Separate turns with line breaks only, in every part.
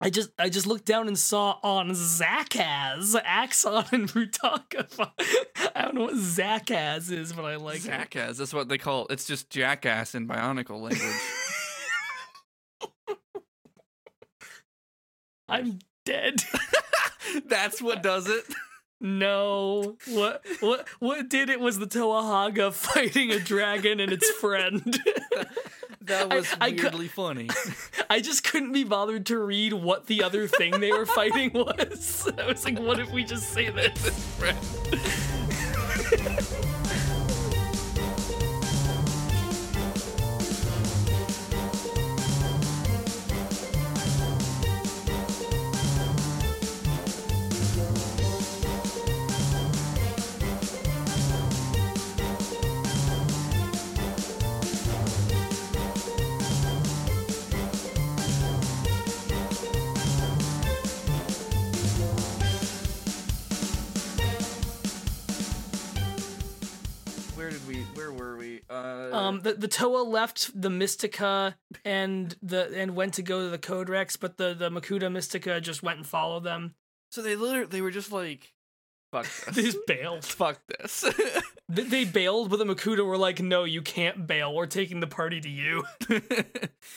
I just I just looked down and saw on Zakaz, Axon and Mutaka. I don't know what Zakaz is, but I like it.
Jackass. That's what they call it's just jackass in Bionicle language.
I'm dead.
That's what does it.
No. What what what did it was the Toahaga fighting a dragon and its friend.
That
I-
was
I cou-
weirdly funny.
I just couldn't be bothered to read what the other thing they were fighting was. I was like, what if we just say this?
Where did we? Where were we? Uh,
Um, the, the Toa left the Mystica and the and went to go to the Codrex, but the the Makuta Mystica just went and followed them.
so they literally they were just like, fuck
They
this,
just bailed.
fuck this.
They- They bailed, but the Makuta were like, "No, you can't bail. We're taking the party to you.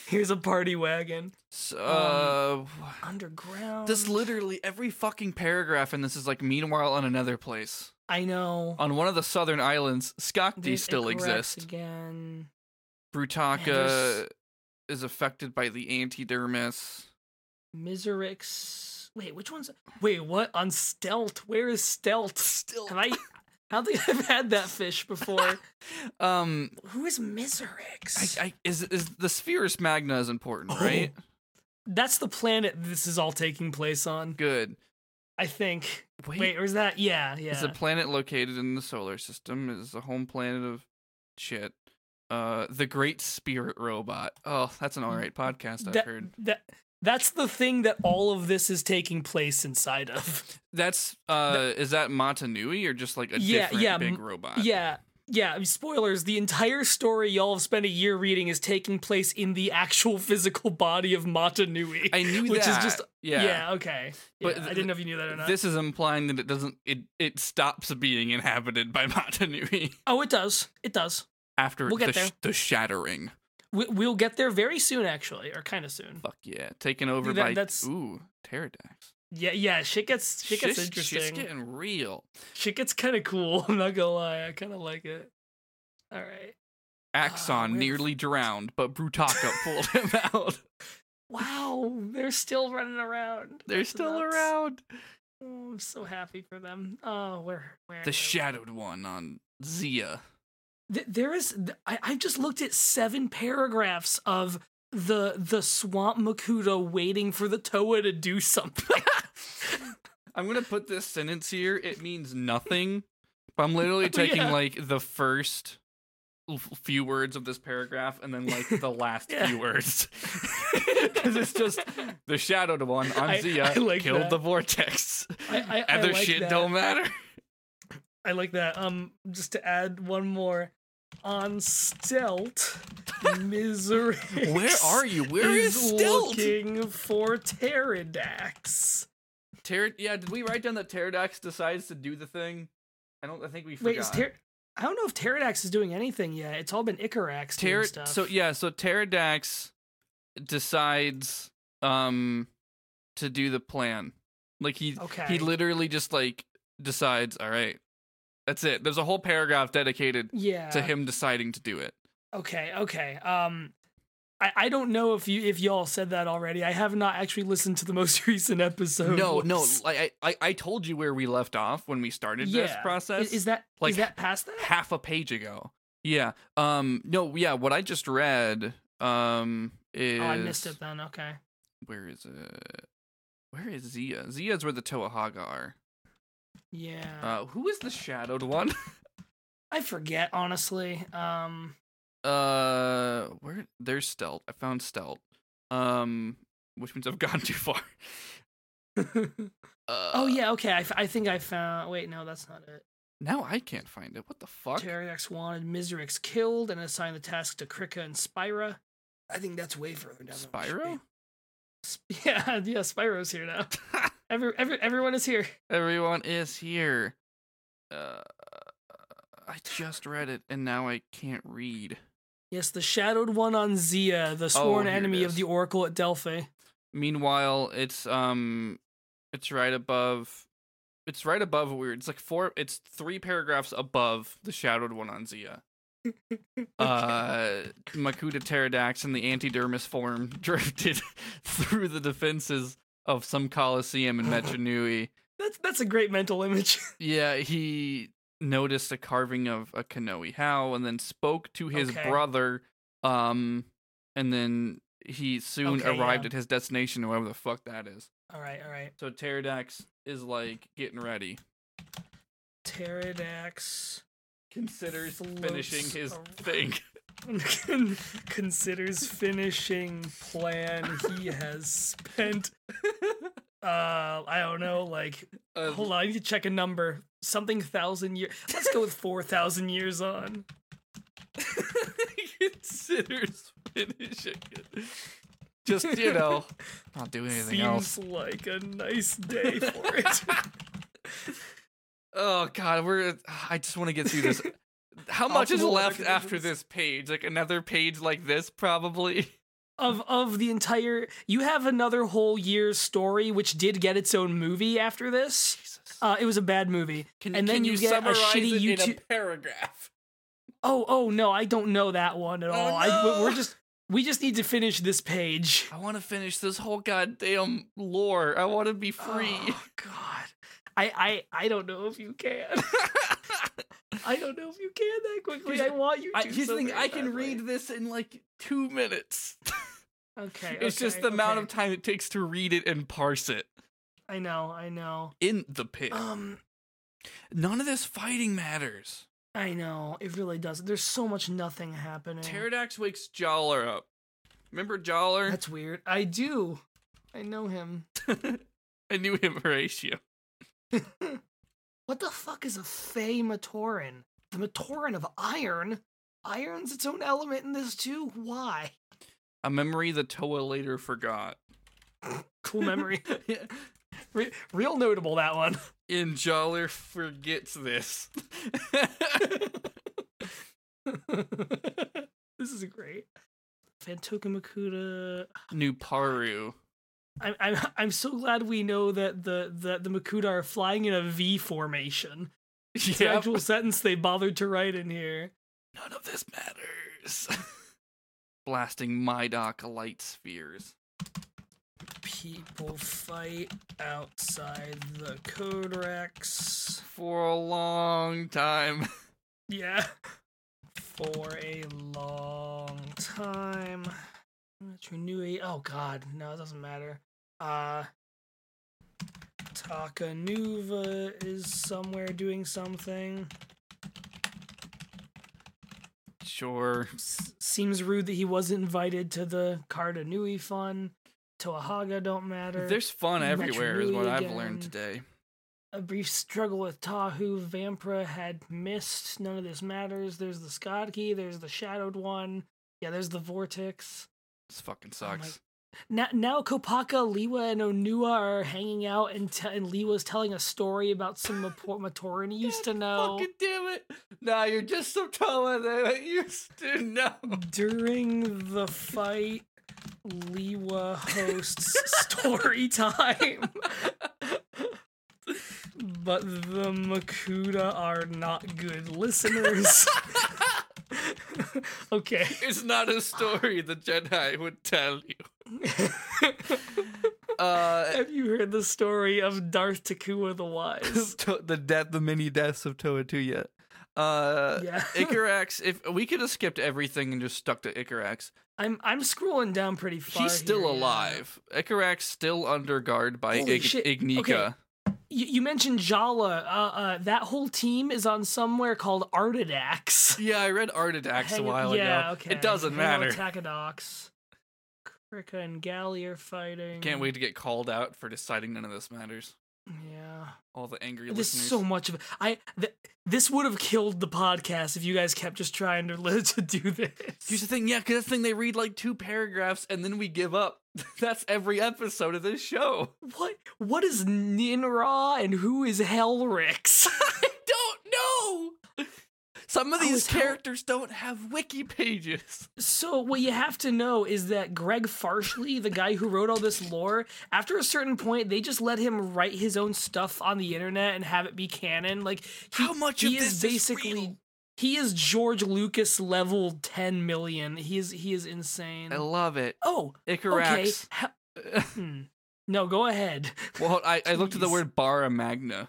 Here's a party wagon
so uh,
Um, underground."
this literally every fucking paragraph in this is like. Meanwhile, on another place,
I know.
on one of the southern islands, Skakdi
There's
still
incorrects
exist.
again.
Brutaka
there's-
is affected by the antidermis.
Miserix. Wait, which one's? Wait, what? On Stelt? Where is Stelt?
Still,
Have I? I don't think I've had that fish before.
um,
Who is Miserix?
I, I, is is the Spherus Magna is important, right?
Oh. That's the planet this is all taking place on.
Good.
I think. Wait, or is that? Yeah, yeah.
It's a planet located in the solar system. It is the home planet of shit. Uh, the Great Spirit Robot. Oh, that's an alright podcast
Mm,
I've
that,
heard.
that that's the thing that all of this is taking place inside of.
That's uh, is that Mata Nui or just like a
Yeah,
different
yeah,
big
m-
robot?
Yeah. Yeah, spoilers. The entire story y'all have spent a year reading is taking place in the actual physical body of Mata Nui.
I knew
Which is
that.
just-
yeah.
okay. Yeah,
But
I
th-
didn't know if you knew that or not.
This is implying that it doesn't. It it stops being inhabited by Mata Nui
oh, it does. It does.
after
We'll get
the,
there.
the shattering.
We, we'll get there very soon, actually, or kind of soon.
Fuck yeah, taken over
That-
by
that's-
ooh pterodax.
Yeah, yeah. Shit gets shit gets
Shit's-
interesting.
Shit's getting real.
Shit gets kind of cool. I'm not gonna lie. I kind of like it. All right.
Axon
Ah, where the
nearly drowned, but Brutaka pulled him out.
Wow, they're still running around.
They're
That's
still
nuts.
around.
Oh, I'm so happy for them. Oh, where where
The
do-
shadowed one on Zia.
Th- there is. th- I I just looked at seven paragraphs of the the swamp Makuta waiting for the Toa to do something.
I'm gonna put this sentence here. It means nothing. But I'm literally taking
Oh, Yeah.
like the first l- few words of this paragraph and then like the last
Yeah.
few words. Because it's just the shadowed one on
I-
Zia
I like
killed
that.
the vortex.
I, I, I
Other
like
shit
that.
don't matter.
I like that. Um, just to add one more. On Stelt, misery.
Where are you? Where
is
is Stilt?
looking for pterodax.
Pter- yeah, did we write down that Pterodax decides to do the thing? I don't. I think we forgot.
Wait, is pter- I don't know if pterodax is doing anything yet. It's all been Icarax doing
Pter-
stuff.
So yeah, so Pterodax decides um to do the plan. Like he
okay.
he literally just like decides. All right, that's it. There's a whole paragraph dedicated
yeah.
to him deciding to do it.
Okay. Okay. Um, I, I don't know if you if y'all said that already. I have not actually listened to the most recent episode.
No, no.
Whoops.
Like I, I I told you where we left off when we started this
Yeah.
process.
Is, is that is
like,
that past that?
half a page ago. Yeah. Um. No. Yeah. What I just read. Um. Is
Oh, I missed it then. Okay.
Where is it? Where is Zia? Zia is where the Toahaga are.
Yeah.
Uh, who is the shadowed one?
I forget honestly. Um.
Uh, where? There's Stelt. I found Stelt. Um, which means I've gone too far. Uh,
oh yeah. Okay. I, f- I think I found. Wait. No, that's not it.
Now I can't find it. What the fuck?
Pterodax wanted Miserix killed and assigned the task to Krika and Spyra. I think that's way further down. than it should
Spyro?
be. Sp- Yeah, yeah, Spyro's here now. every, every everyone is here.
Everyone is here. Uh, I just read it and now I can't read.
Yes, the shadowed one on Zia, the sworn
Oh, here it
enemy of
is.
the Oracle at Delphi.
Meanwhile, it's um, it's right above. It's right above what we were. It's like four. It's three paragraphs above the shadowed one on Zia. Uh, Makuta pterodax and the antidermis form drifted through the defenses of some coliseum in Metronui.
that's that's a great mental image.
Yeah, he noticed a carving of a Kanoe How and then spoke to his
Okay.
brother. Um, and then he soon
Okay,
arrived
yeah.
at his destination, whatever the fuck that is.
all right, all right.
So Pterodax is like getting ready,
Pterodax
considers
Floats
finishing his
around.
thing.
considers finishing plan he has spent. Uh, I don't know, like
Uh,
Hold on, I need to check a number. Something thousand years. Let's go with four thousand years on.
considers finishing it. Just you know, not doing anything
Seems
else.
like a nice day for it.
Oh god, we're. I just want to get through this. How much is
Optimal
left after
mechanisms.
this page? Like another page like this, probably.
of of the entire, you have another whole year's story, which did get its own movie after this. Uh, it was a bad movie.
Can,
and then
can
you get a
summarize
shitty
it in a
YouTube-
paragraph?
Oh, oh no, I don't know that one at
Oh,
all. I,
no.
we're just we just need to finish this page.
I want to finish this whole goddamn lore. I want to be free.
Oh, God, I I I don't know if you can. I don't know if you can that quickly.
Here's-
I want you to.
I, here's the
so
thing:
very
I can
badly.
read this in like two minutes.
Okay,
it's just
okay,
the amount
okay.
of time it takes to read it and parse it
I know, I know.
in the pit.
Um,
None of this fighting matters.
I know it really does. There's so much nothing happening.
Pterodax wakes Jollar up. Remember Jollar?
That's weird. I do. I know him.
I knew him, Horatio.
What the fuck is a Fey Matoran? The Matoran of Iron. Iron's its own element in this too. Why?
A memory the Toa later forgot.
Cool memory. Re- real notable that one.
And Jollar forgets this.
this is great. Fantoka Makuta.
Nuparu.
I'm, I'm I'm so glad we know that the the the Makuta are flying in a V formation. It's an
Yep.
actual sentence they bothered to write in here.
None of this matters. Blasting Mydoc light spheres.
People fight outside the Codex.
For a long time.
Yeah. For a long time. Trinui. Oh god, no, it doesn't matter. Uh Takanuva is somewhere doing something.
Sure.
S- seems rude that he wasn't invited to the Cardanui fun. Toahaga don't matter.
There's fun
Much
everywhere, is what
really
I've learned
again.
today.
a brief struggle with Tahu. Vampra had missed. None of this matters. There's the Skadki. There's the Shadowed One. Yeah, there's the Vortex.
This fucking
Oh my-
sucks.
Now, now Kopaka, Liwa, and Onua are hanging out, and, te- and Liwa's telling a story about some Mapo- Matoran he used to know.
Fucking damn it! Nah, you're just some Toa that I used to know.
During the fight, Liwa hosts story time. but the Makuta are not good listeners. okay.
It's not a story the Jedi would tell you. Uh,
Have you heard the story of Darth Takua the Wise?
to- the death, the mini deaths of Toa Two yet. Uh,
Yeah.
Icarax, if we could have skipped everything and just stuck to Icarax,
I'm I'm scrolling down pretty far.
he's still
here, yeah.
alive. Icarax still under guard by
Holy
Ig-
shit.
Ignika.
Okay. You, you mentioned Jala. Uh, uh, that whole team is on somewhere called Artidax.
Yeah, I read Artidax a
Hang-
while
yeah,
ago.
Okay.
It doesn't
Hang out with
matter.
Tacadox. Krika and Galley are fighting.
Can't wait to get called out for deciding none of this matters.
Yeah.
all the angry
There's
listeners.
so much of it. I th- this would have killed the podcast if you guys kept just trying to li- to do
Here's
this.
the thing, yeah, because that's the thing, they read like two paragraphs and then we give up. that's every episode of this show.
What what is Ninra and who is Helrix?
I don't know! Some of
I
these
was hel-
characters don't have wiki pages.
So what you have to know is that Greg Farsley, the guy who wrote all this lore, after a certain point, they just let him write his own stuff on the internet and have it be canon. Like he,
How much
he
of this
is basically
is real?
he is George Lucas level ten million. He is he is insane.
I love it.
Oh, Mm. okay.
Icarus.
Ha- hmm. No, go ahead.
well, I, I looked at the
Jeez.
word Barra Magna.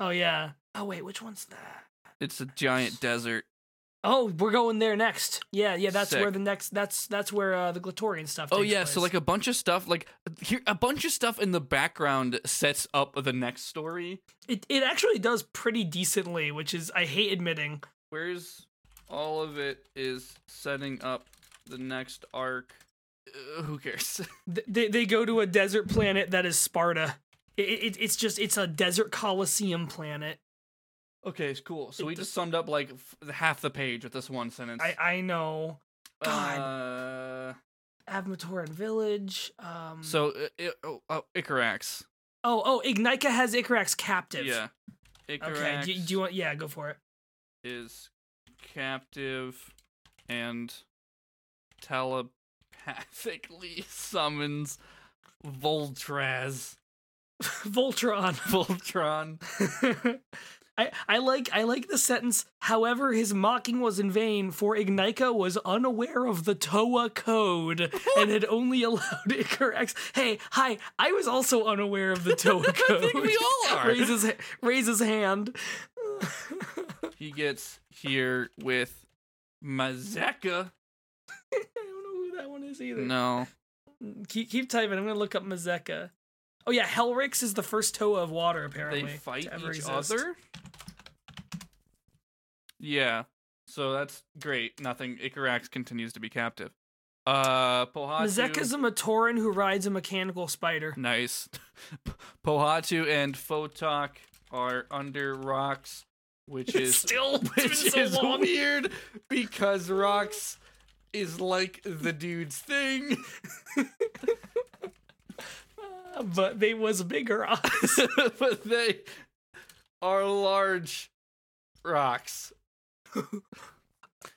Oh yeah. Oh wait, which one's that?
It's a giant desert.
Oh, we're going there next. Yeah, yeah. That's
Sick.
where the next. That's that's where uh, the Glatorian stuff.
Oh
takes
yeah, so
place.
like a bunch of stuff, like here, a bunch of stuff in the background sets up the next story.
It it actually does pretty decently, which is I hate admitting.
Where's all of it is setting up the next arc. Uh, who cares?
Th- They they go to a desert planet that is Sparta. It, it it's just it's a desert coliseum planet.
okay, it's cool. So
It
we
does-
just summed up like f- half the page with this one sentence.
I I know.
God. Uh,
Avmatoran village. Um.
so uh, I- oh, oh, Icarax.
oh oh Ignica has Icarax captive.
Yeah.
Okay.
Icarax
Do, do you want? Yeah, go for it.
is captive and telepathically summons Voltraz.
Voltron.
Voltron.
I, I like I like the sentence. However, his mocking was in vain, for Ignica was unaware of the Toa code and had only allowed Icarax. Hey, hi! I was also unaware of the Toa
I
code.
think we all are.
Raises raises hand.
He gets here with Mazeka.
I don't know who that one is either.
No.
Keep, keep typing. I'm gonna look up Mazeka. Oh yeah, Helrix is the first Toa of water apparently.
They
to
fight each
ever exist.
other? Yeah. So that's great. Nothing. Icarax continues to be captive. Uh Pohatu.
Mazeka's a Matoran who rides a mechanical spider.
Nice. P- Pohatu and Fotok are under rocks, which is
Still,
which
it's been
is
so long.
weird because rocks is like the dude's thing.
Uh, but they was bigger eyes.
but they are large rocks.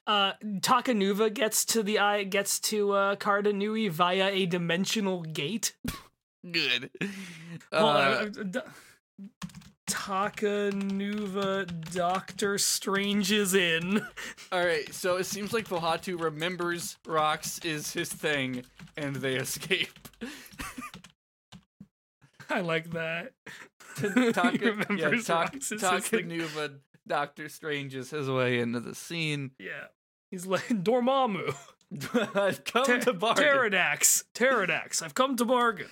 Uh, Takanuva gets to the eye, gets to uh, Cardanui via a dimensional gate.
Good.
Hold on,
Uh,
uh, d- Takanuva Doctor Strange is in.
all right, so it seems like Pohatu remembers rocks is his thing, and they escape.
I like that.
Taka,
He remembers
yeah,
rocks is his thing.
Takanuva, Doctor Strange is his way into the scene.
Yeah. He's like Dormammu,
I've come
Ter-
to bargain.
Pterodax, Pterodax. I've come to bargain.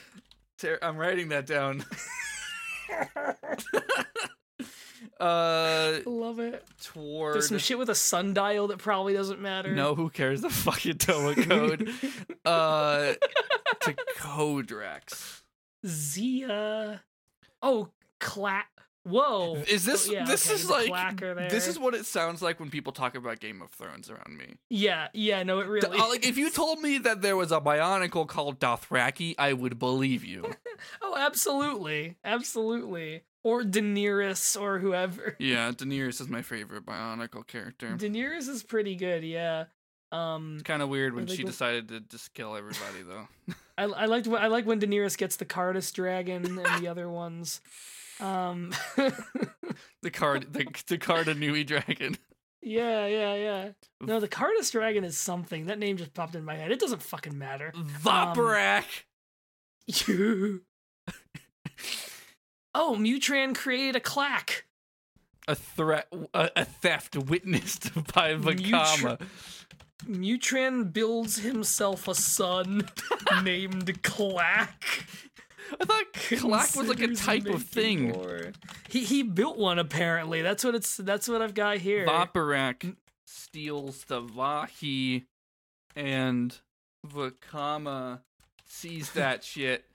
Ter- I'm writing that down. uh,
Love it.
toward.
There's some shit with a sundial that probably doesn't matter.
no, who cares the fucking Toa code? uh, to Codrax.
Zia. Oh, clack. Whoa.
Is this
Oh, yeah,
this
okay,
is
the
like
clacker there.
this is what it sounds like when people talk about Game of Thrones around me.
Yeah, yeah, no, it
D-
really.
uh, like if you told me that there was a bionicle called Dothraki, I would believe you.
oh, absolutely, absolutely. Or Daenerys, or whoever.
yeah, Daenerys is my favorite bionicle character.
Daenerys is pretty good, yeah. Um,
It's kind of weird when
Like
she
when-
decided to just kill everybody though.
I, I liked when- I like when Daenerys gets the Cardus dragon and the other ones. Um,
The card, the the Cardanui dragon.
yeah, yeah, yeah. No, the Cardus dragon is something. That name just popped in my head. It doesn't fucking matter.
Voprak.
oh, Mutran created a clack.
a threat, a, a theft witnessed by Vakama.
Mutran builds himself a son named Clack.
I thought Clack was like a
Considers
type
making
of thing.
war. He he built one apparently. That's what it's. That's what I've got here.
Voprak steals the Vahi, and Vakama sees that shit.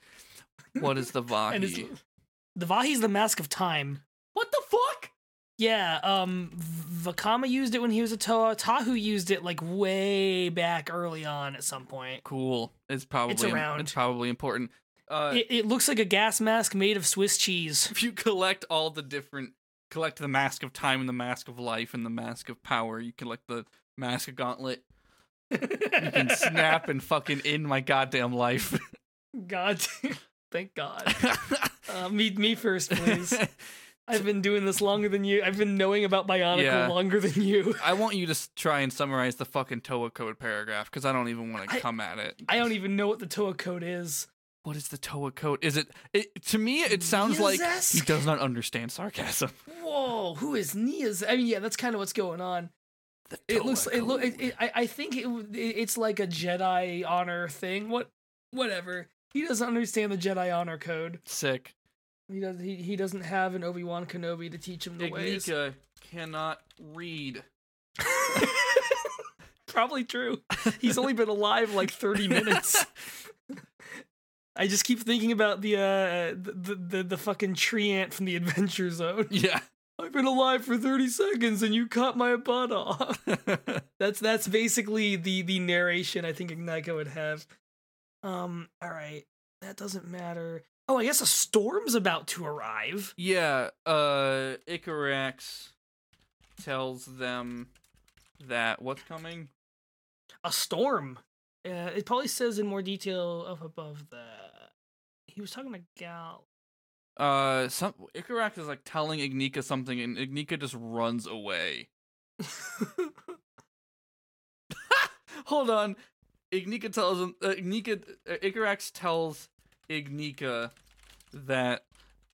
What is the Vahi?
and is The Vahi's the mask of time.
What the fuck?
Yeah, um Vakama used it when he was a Toa. Tahu used it like way back early on at some point.
Cool. It's probably it's,
around.
probably important. Uh,
it, it looks like a gas mask made of Swiss cheese.
if you collect all the different, collect the mask of time and the mask of life and the mask of power. You collect the mask of gauntlet. You can snap and fucking end my goddamn life.
God, thank God. Uh, me, me first, please. I've been doing this longer than you. I've been knowing about Bionicle
Yeah.
longer than you.
I want you to s- try and summarize the fucking Toa code paragraph because I don't even want to
I-
come at it.
I don't even know what the Toa code is.
What is the Toa code? Is it, it to me? It sounds like he
Miazesk?
does not understand sarcasm.
Whoa, who is Nia's? I mean, yeah, that's kind of what's going on. It looks. It look. It, it, I, I think it, w- it- It's like a Jedi honor thing. What? Whatever. He doesn't understand the Jedi honor code.
sick.
He does. He, he doesn't have an Obi Wan Kenobi to teach him the ways.
Ignika cannot read.
Probably true. He's only been alive like thirty minutes. I just keep thinking about the uh the the, the, the fucking tree ant from the Adventure Zone.
Yeah.
I've been alive for 30 seconds and you cut my butt off. that's that's basically the the narration I think Ignika would have. Um, all right. That doesn't matter. Oh, I guess a storm's about to arrive.
Yeah, uh Icarax tells them that what's coming?
A storm. Uh, it probably says in more detail up above the he was talking to Gal.
Uh some Icarax is like telling Ignika something and Ignika just runs away. Hold on. Ignika tells him uh, Ignika uh, Icarax tells Ignika that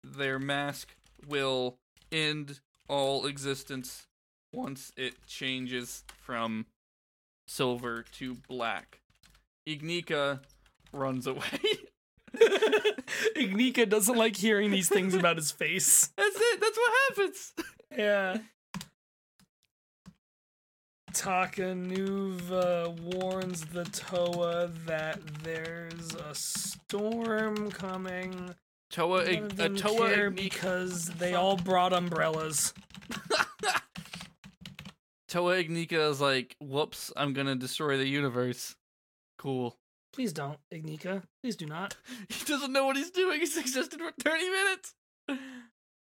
their mask will end all existence once it changes from silver to black. Ignika runs away.
Ignika doesn't like hearing these things about his face.
That's it. That's what happens.
Yeah. Takanuva warns the Toa that there's a storm coming.
Toa,
None
ig-
of
uh,
them
Toa,
care
igni-
because they all brought umbrellas.
Toa Ignika is like, whoops, I'm gonna destroy the universe. Cool.
Please don't, Ignika. Please do not.
He doesn't know what he's doing. He's existed for 30 minutes.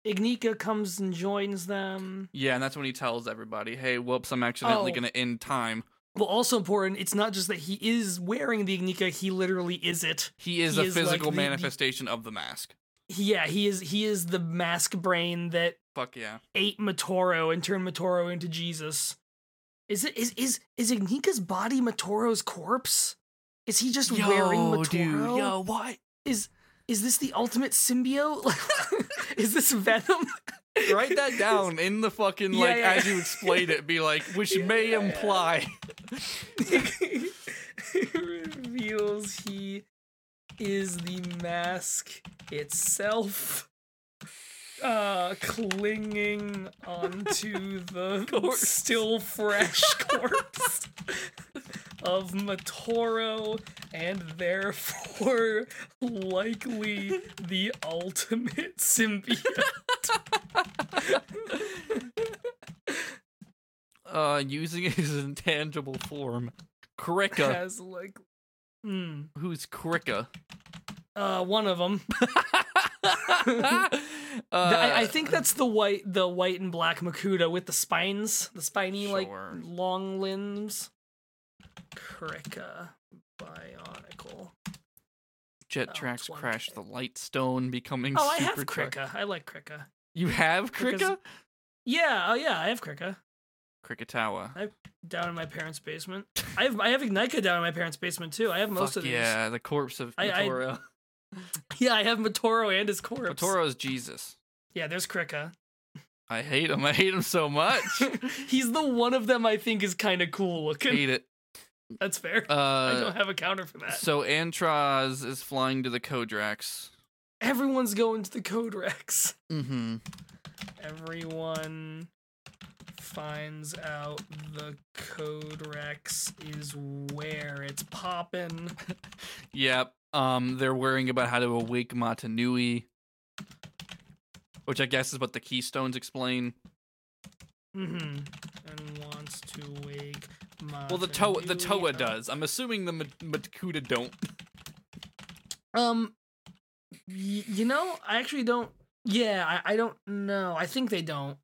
Ignika comes and joins them.
Yeah, and that's when he tells everybody, hey, whoops, I'm accidentally
Oh.
gonna end time.
Well, also important, it's not just that he is wearing the Ignika, he literally is it.
He is
He
a
is, like,
physical
the- the-
manifestation of the mask.
Yeah, he is he is the mask brain that
Fuck yeah.
ate Matoro and turned Matoro into Jesus. Is it is is is Ignika's body Matoro's corpse? Is he just wearing Matoro?
what?
Is is this the ultimate symbiote? is this Venom?
Write that down in the fucking,
Yeah,
like,
yeah.
as you explain it, be like, which
Yeah,
may
yeah, yeah.
imply.
it reveals he is the mask itself. Uh, clinging onto the still fresh corpse of Matoro, and therefore likely the ultimate symbiote.
uh, using his intangible form, Krika,
Has like, mm,
who's Krika.
uh, one of them.
uh,
Th- I, I think that's the white, the white and black Makuta with the spines, the spiny like
Sure.
long limbs. Krika Bionicle.
jet
oh,
tracks
it's one
crash
K.
the light stone, becoming.
Oh, I have
super tra-
Krika. I like Krika.
You have
Krika's-
Krika.
Yeah. Oh yeah, I have Krika
Krikatawa.
down in my parents' basement. I have I have Ignika down in my parents' basement too. I have most
Fuck
of these.
yeah, the corpse of
I- I-
Totoro.
Yeah, I have Matoro and his corpse.
Totoro's Jesus.
Yeah, there's Krika.
I hate him. I hate him so much.
He's the one of them I think is kind of cool looking.
hate it.
That's fair. I
Uh,
don't have a counter for that.
so Antraz is flying to the Kodrax.
Everyone's going to the Code Rex.
Mm-hmm.
everyone finds out the code rex is where it's poppin
Yep. Um, they're worrying about how to awake Matanui. which I guess is what the keystones explain.
Mm-hmm. And wants to wake my.
Well, the Toa the Toa does. I'm assuming the Ma- Makuta don't.
Um, y- you know, I actually don't. Yeah, I, I don't know. I think they don't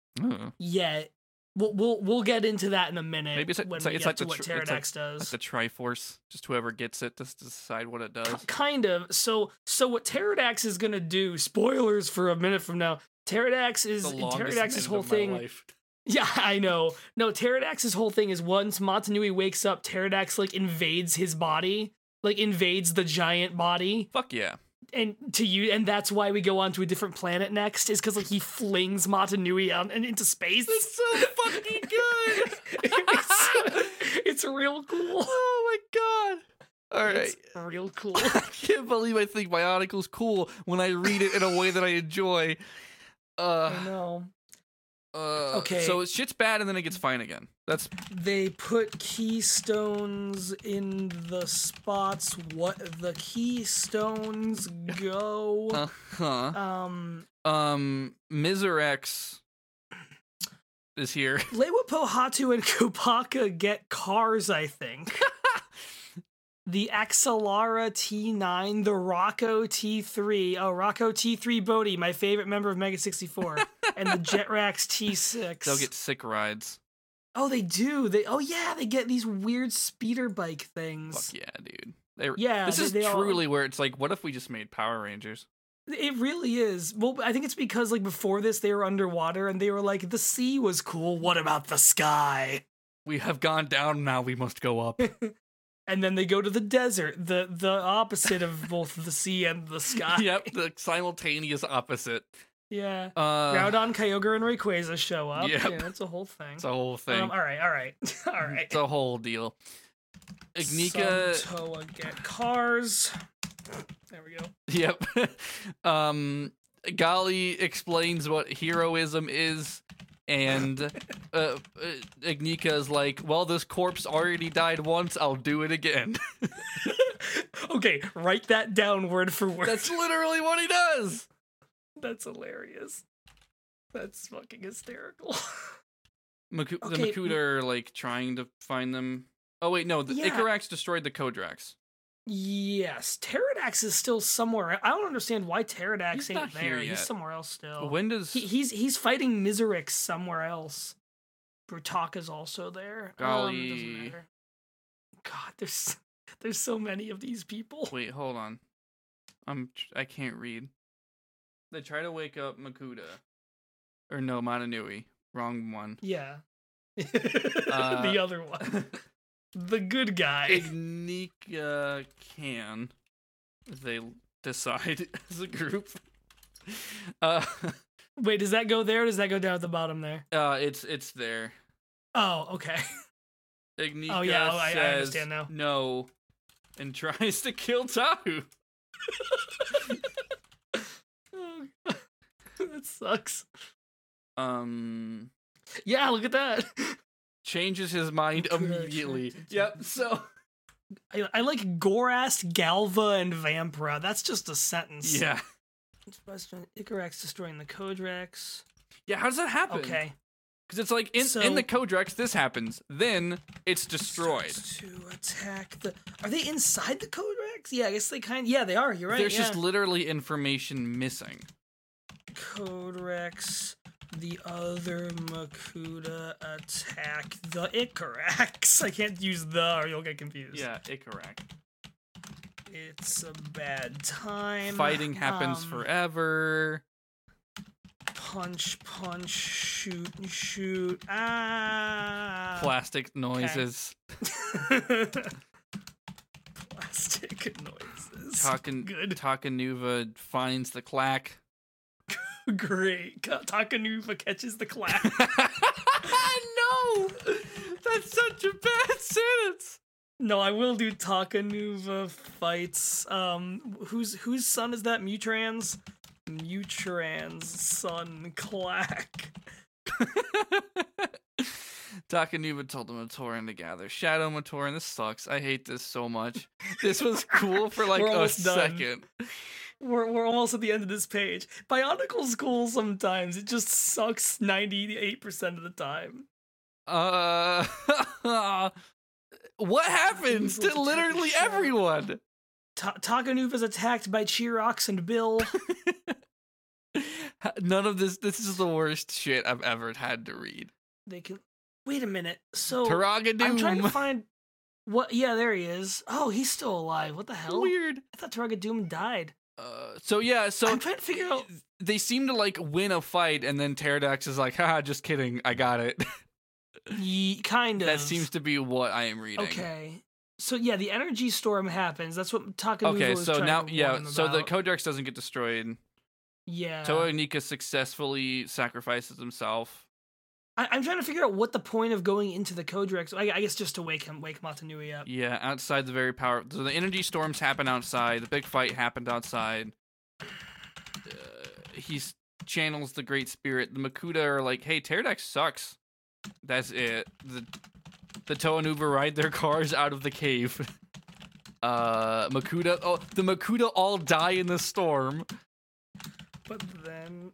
yet. We'll, we'll we'll get into that in a minute.
Maybe it's like-
when
it's
we
like- it's
get
like
to
the
what
tr- it's
Pterodax does.
Like the Triforce, just whoever gets it, just decide what it does.
K- kind of. So so what Pterodax is gonna do? Spoilers for a minute from now. Pterodax is
the longest
Pterodax's
minute
whole
of my
thing.
life.
Yeah, I know. No, Pterodax's whole thing is once Montanui wakes up, Pterodax like invades his body, like invades the giant body,
Fuck yeah.
and to you, and that's why we go on to a different planet next, is because like he flings Montanui out and into space.
It's so fucking good.
it's, it's real cool.
oh my god. All right.
It's real cool.
I can't believe I think Bionicle's cool when I read it in a way that I enjoy.
I
Uh,
know.
uh,
Okay.
So shit's bad and then it gets fine again. That's
They put keystones in the spots. What the keystones go.
uh huh.
Um,
Um, Miserex is here.
Lewa Pohatu and Kupaka get cars, I think. the Axelara T9, the Rocco T3, oh, Rocco T3 Bodhi, my favorite member of Mega 64, and the Jetrax T6.
They'll get sick rides.
oh, they do. They Oh, yeah, they get these weird speeder bike
Fuck
things.
yeah, dude. They,
Yeah,
this
they-
is
they all-
truly where it's like, what if we just made Power Rangers?
It really is. Well, I think it's because, like, before this, they were underwater and they were like, the sea was cool. What about the sky?
We have gone down now. We must go up.
and then they go to the desert, the the opposite of both the sea and the sky.
yep, the simultaneous opposite.
Yeah.
Uh,
Groudon, Kyogre, and Rayquaza show up.
Yep.
Yeah, it's a whole thing.
it's a whole thing.
Um, all right, all right, all right.
It's a whole deal. Ignika.
Some Toa get cars. There we go.
Yep. um, Gali explains what heroism is, and uh, uh, Ignika is like, "Well, this corpse already died once. I'll do it again."
Okay, write that down word for word.
That's literally what he does.
That's hilarious. That's fucking hysterical.
Maku-
Okay,
The Makuta are like trying to find them. Oh wait, no, the
Yeah.
Icarax destroyed the Kodrax.
yes, Pterodax is still somewhere. I don't understand why Pterodax
He's
ain't
not
there.
here
He's
yet.
somewhere else still.
When does
He, he's he's fighting Miserix somewhere else. Brutaka's also there. Um, it doesn't
Golly.
matter. God, there's there's so many of these people.
wait? Hold on, I'm tr- I can't read. They try to wake up Makuta, or no, Mononui. Wrong one.
Yeah.
Uh,
the other one. The good guy.
Ignika can if they decide as a group. Uh,
Wait, does that go there or does that go down at the bottom there?
uh it's it's there.
Oh, okay.
Ignika
Oh, yeah, oh, I- I
says
understand now.
no and tries to kill Tahu.
Oh, that sucks.
Um
Yeah, look at that.
changes his mind
Okay,
immediately.
attracted to
Yep, so
I, I like Gorast, Galva, and Vampira. That's just a sentence.
yeah.
Icorax destroying the Codrax.
Yeah, how does that happen?
Okay.
Cuz it's like in in
So-
the Kodrex this happens. Then it's destroyed.
starts to attack the. Are they inside the Codrax? Yeah, I guess they kind. Yeah, they are. You're right.
There's
yeah.
just literally information missing.
Codrax, the other Makuta attack the Icorax. I can't use the or you'll get confused.
Yeah, Icarak.
It's a bad time.
Fighting happens
Um,
forever.
Punch, punch, shoot, shoot. Ah.
plastic noises,
Plastic noises.
Takan
Good.
Takanuva finds the clack.
Great. Ka- Takanuva catches the clap.
no, that's such a bad sentence.
no, I will do Takanuva fights. Um, whose whose son is that? Mutrans. Mutrans son clack.
Takanuva told the Matoran to gather. Shadow Matoran, this sucks. I hate this so much. This was cool for like
We're
a
almost done.
second.
we're, we're almost at the end of this page. Bionicle's cool sometimes. It just sucks 98% of the time.
Uh, what happens
Evil
to literally
detective show.
everyone?
Ta- Taganuva's attacked by Chirox and Bill.
None of this. This is the worst shit I've ever had to read.
they can. Wait a minute. So.
Taraga
Oh, I'm trying to
Doom.
find. What? Yeah, there he is. Oh, he's still alive. What the hell?
Weird.
I thought Taraga Doom died.
Uh, so yeah, so
I'm trying to figure out.
they seem to like win a fight, and then Pterodax is like, "Haha, just kidding. I got it."
Ye, kind of.
that seems to be what I am reading.
Okay. So yeah, the energy storm happens. That's what Takamuva
Okay,
was
so
trying
now,
to warn
yeah,
them
so the
about. Uh-huh.
Codex doesn't get destroyed.
yeah.
Toa Nika successfully sacrifices himself.
I, I'm trying to figure out what the point of going into the Codex. I, I guess just to wake him, wake Matanui up.
Yeah, outside the very power. So the energy storms happen outside. The big fight happened outside. Uh, he s- channels the Great Spirit. The Makuta are like, "Hey, Pterodax sucks." That's it. The the Toa and Uber ride their cars out of the cave. Uh, Makuta. Oh, the Makuta all die in the storm.
But then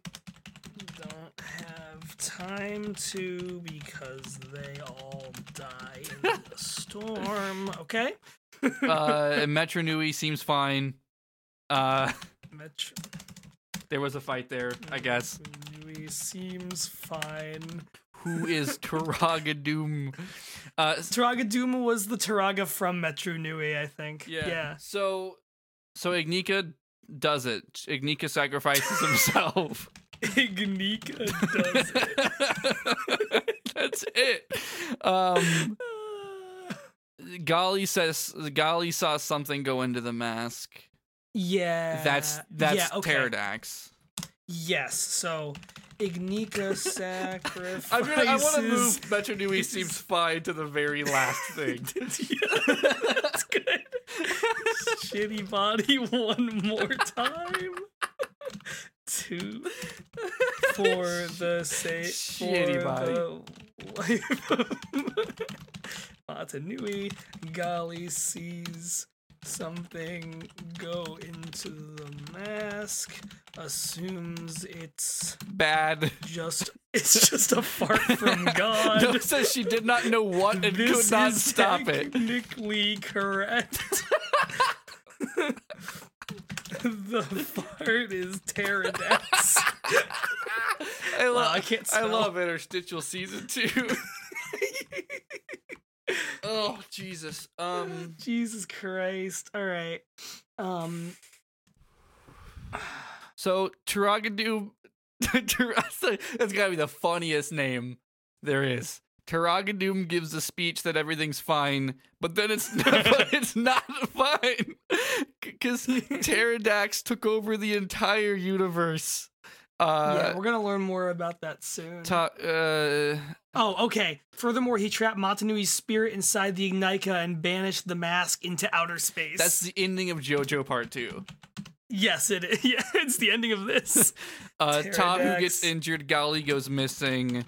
don't have time to because they all die in the storm. Okay.
Uh, Metro Nui seems fine. Uh,
Metro-
there was a fight there, I guess.
Matanui seems fine.
Who is Turaga Doom? Uh,
Taraga Duma was the Taraga from Metro Nui, I think.
Yeah. So, so Ignika does it. Ignika sacrifices himself.
Ignika does it.
That's it. Um, Gali says Gali saw something go into the mask.
yeah.
That's that's
yeah, okay.
Pterodax.
Yes. So Ignika sacrifices.
I mean, I want to move Metro Nui seems fine to the very last thing.
Yeah, that's good. Shitty body one more time. Two for the sake
Shitty body.
The life of Matanui, Gali sees something go into the mask, assumes it's
Bad.
just it's just a fart from God.
No, says she did not know what and could not stop it.
Technically correct. the fart is pterodactyl.
I, lo-
Wow, I can't
I
spell.
love interstitial season two. oh Jesus. Um.
Jesus Christ! All right. Um.
So Taragadu. That's gotta be the funniest name there is. Taragadoom gives a speech that everything's fine, but then it's not, but it's not fine because Pterodax took over the entire universe. Uh,
yeah, we're gonna learn more about that soon.
ta- uh,
oh, okay. Furthermore, he trapped Matanui's spirit inside the Ignika and banished the mask into outer space.
that's the ending of JoJo Part Two.
yes, it is. Yeah, it's the ending of this.
Uh, Tahu
Pterodax.
gets injured. Gali goes missing.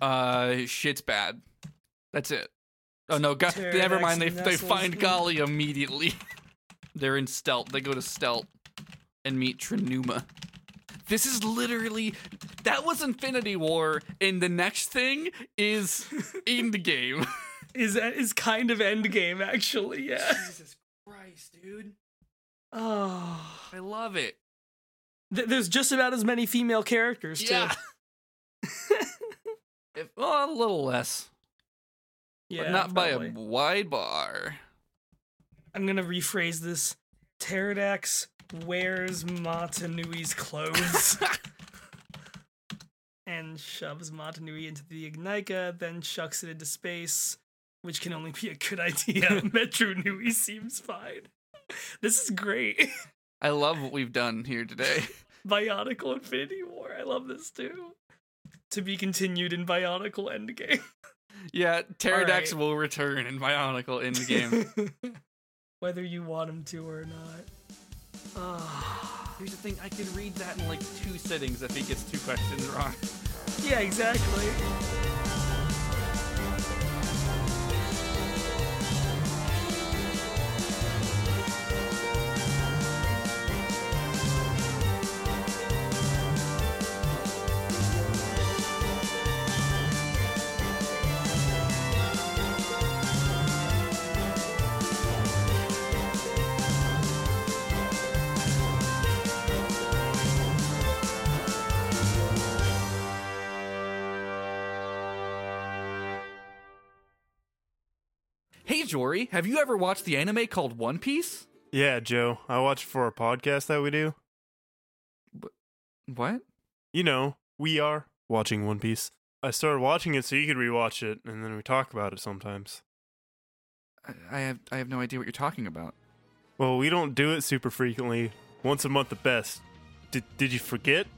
Uh, shit's bad. That's it. Oh no! Ga- never
Pterodax
mind. They they
nestles
find
in-
Gali immediately. They're in stealth. They go to stealth and meet Trinuma. This is literally that was Infinity War, and the next thing is Endgame.
is is kind of endgame actually. Yeah.
Jesus Christ, dude!
Oh.
I love it.
Th- there's just about as many female characters too.
Yeah. if, well, a little less,
Yeah,
but not by
probably.
a wide bar.
I'm gonna rephrase this. Pterodax wears Matanui's clothes and shoves Matanui into the Ignika, then chucks it into space, which can only be a good idea. Metro Nui seems fine. This is great.
I love what we've done here today.
Bionicle Infinity War. I love this too. To be continued in Bionicle Endgame.
Yeah, Pterodax
Alright.
will return in Bionicle Endgame.
Whether you want him to or not. Ah,
Here's the thing, I could read that in like two sittings if he gets two questions wrong.
yeah, exactly.
Hey Jory, have you ever watched the anime called One Piece?
Yeah, Joe, I watch for a podcast that we do.
What?
You know, we are watching One Piece. I started watching it so you could rewatch it, and then we talk about it sometimes.
I, I have I have no idea what you're talking about.
Well, we don't do it super frequently. Once a month at best. Did, did you forget?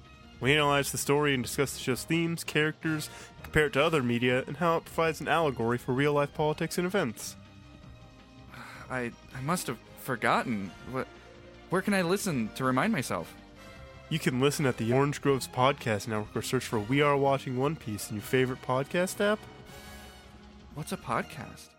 We analyze the story and discuss the show's themes, characters, compare it to other media, and how it provides an allegory for real life politics and events.
I I must have forgotten. What? Where can I listen to remind myself?
You can listen at the Orange Groves Podcast Network or search for We Are Watching One Piece in your favorite podcast app.
What's a podcast?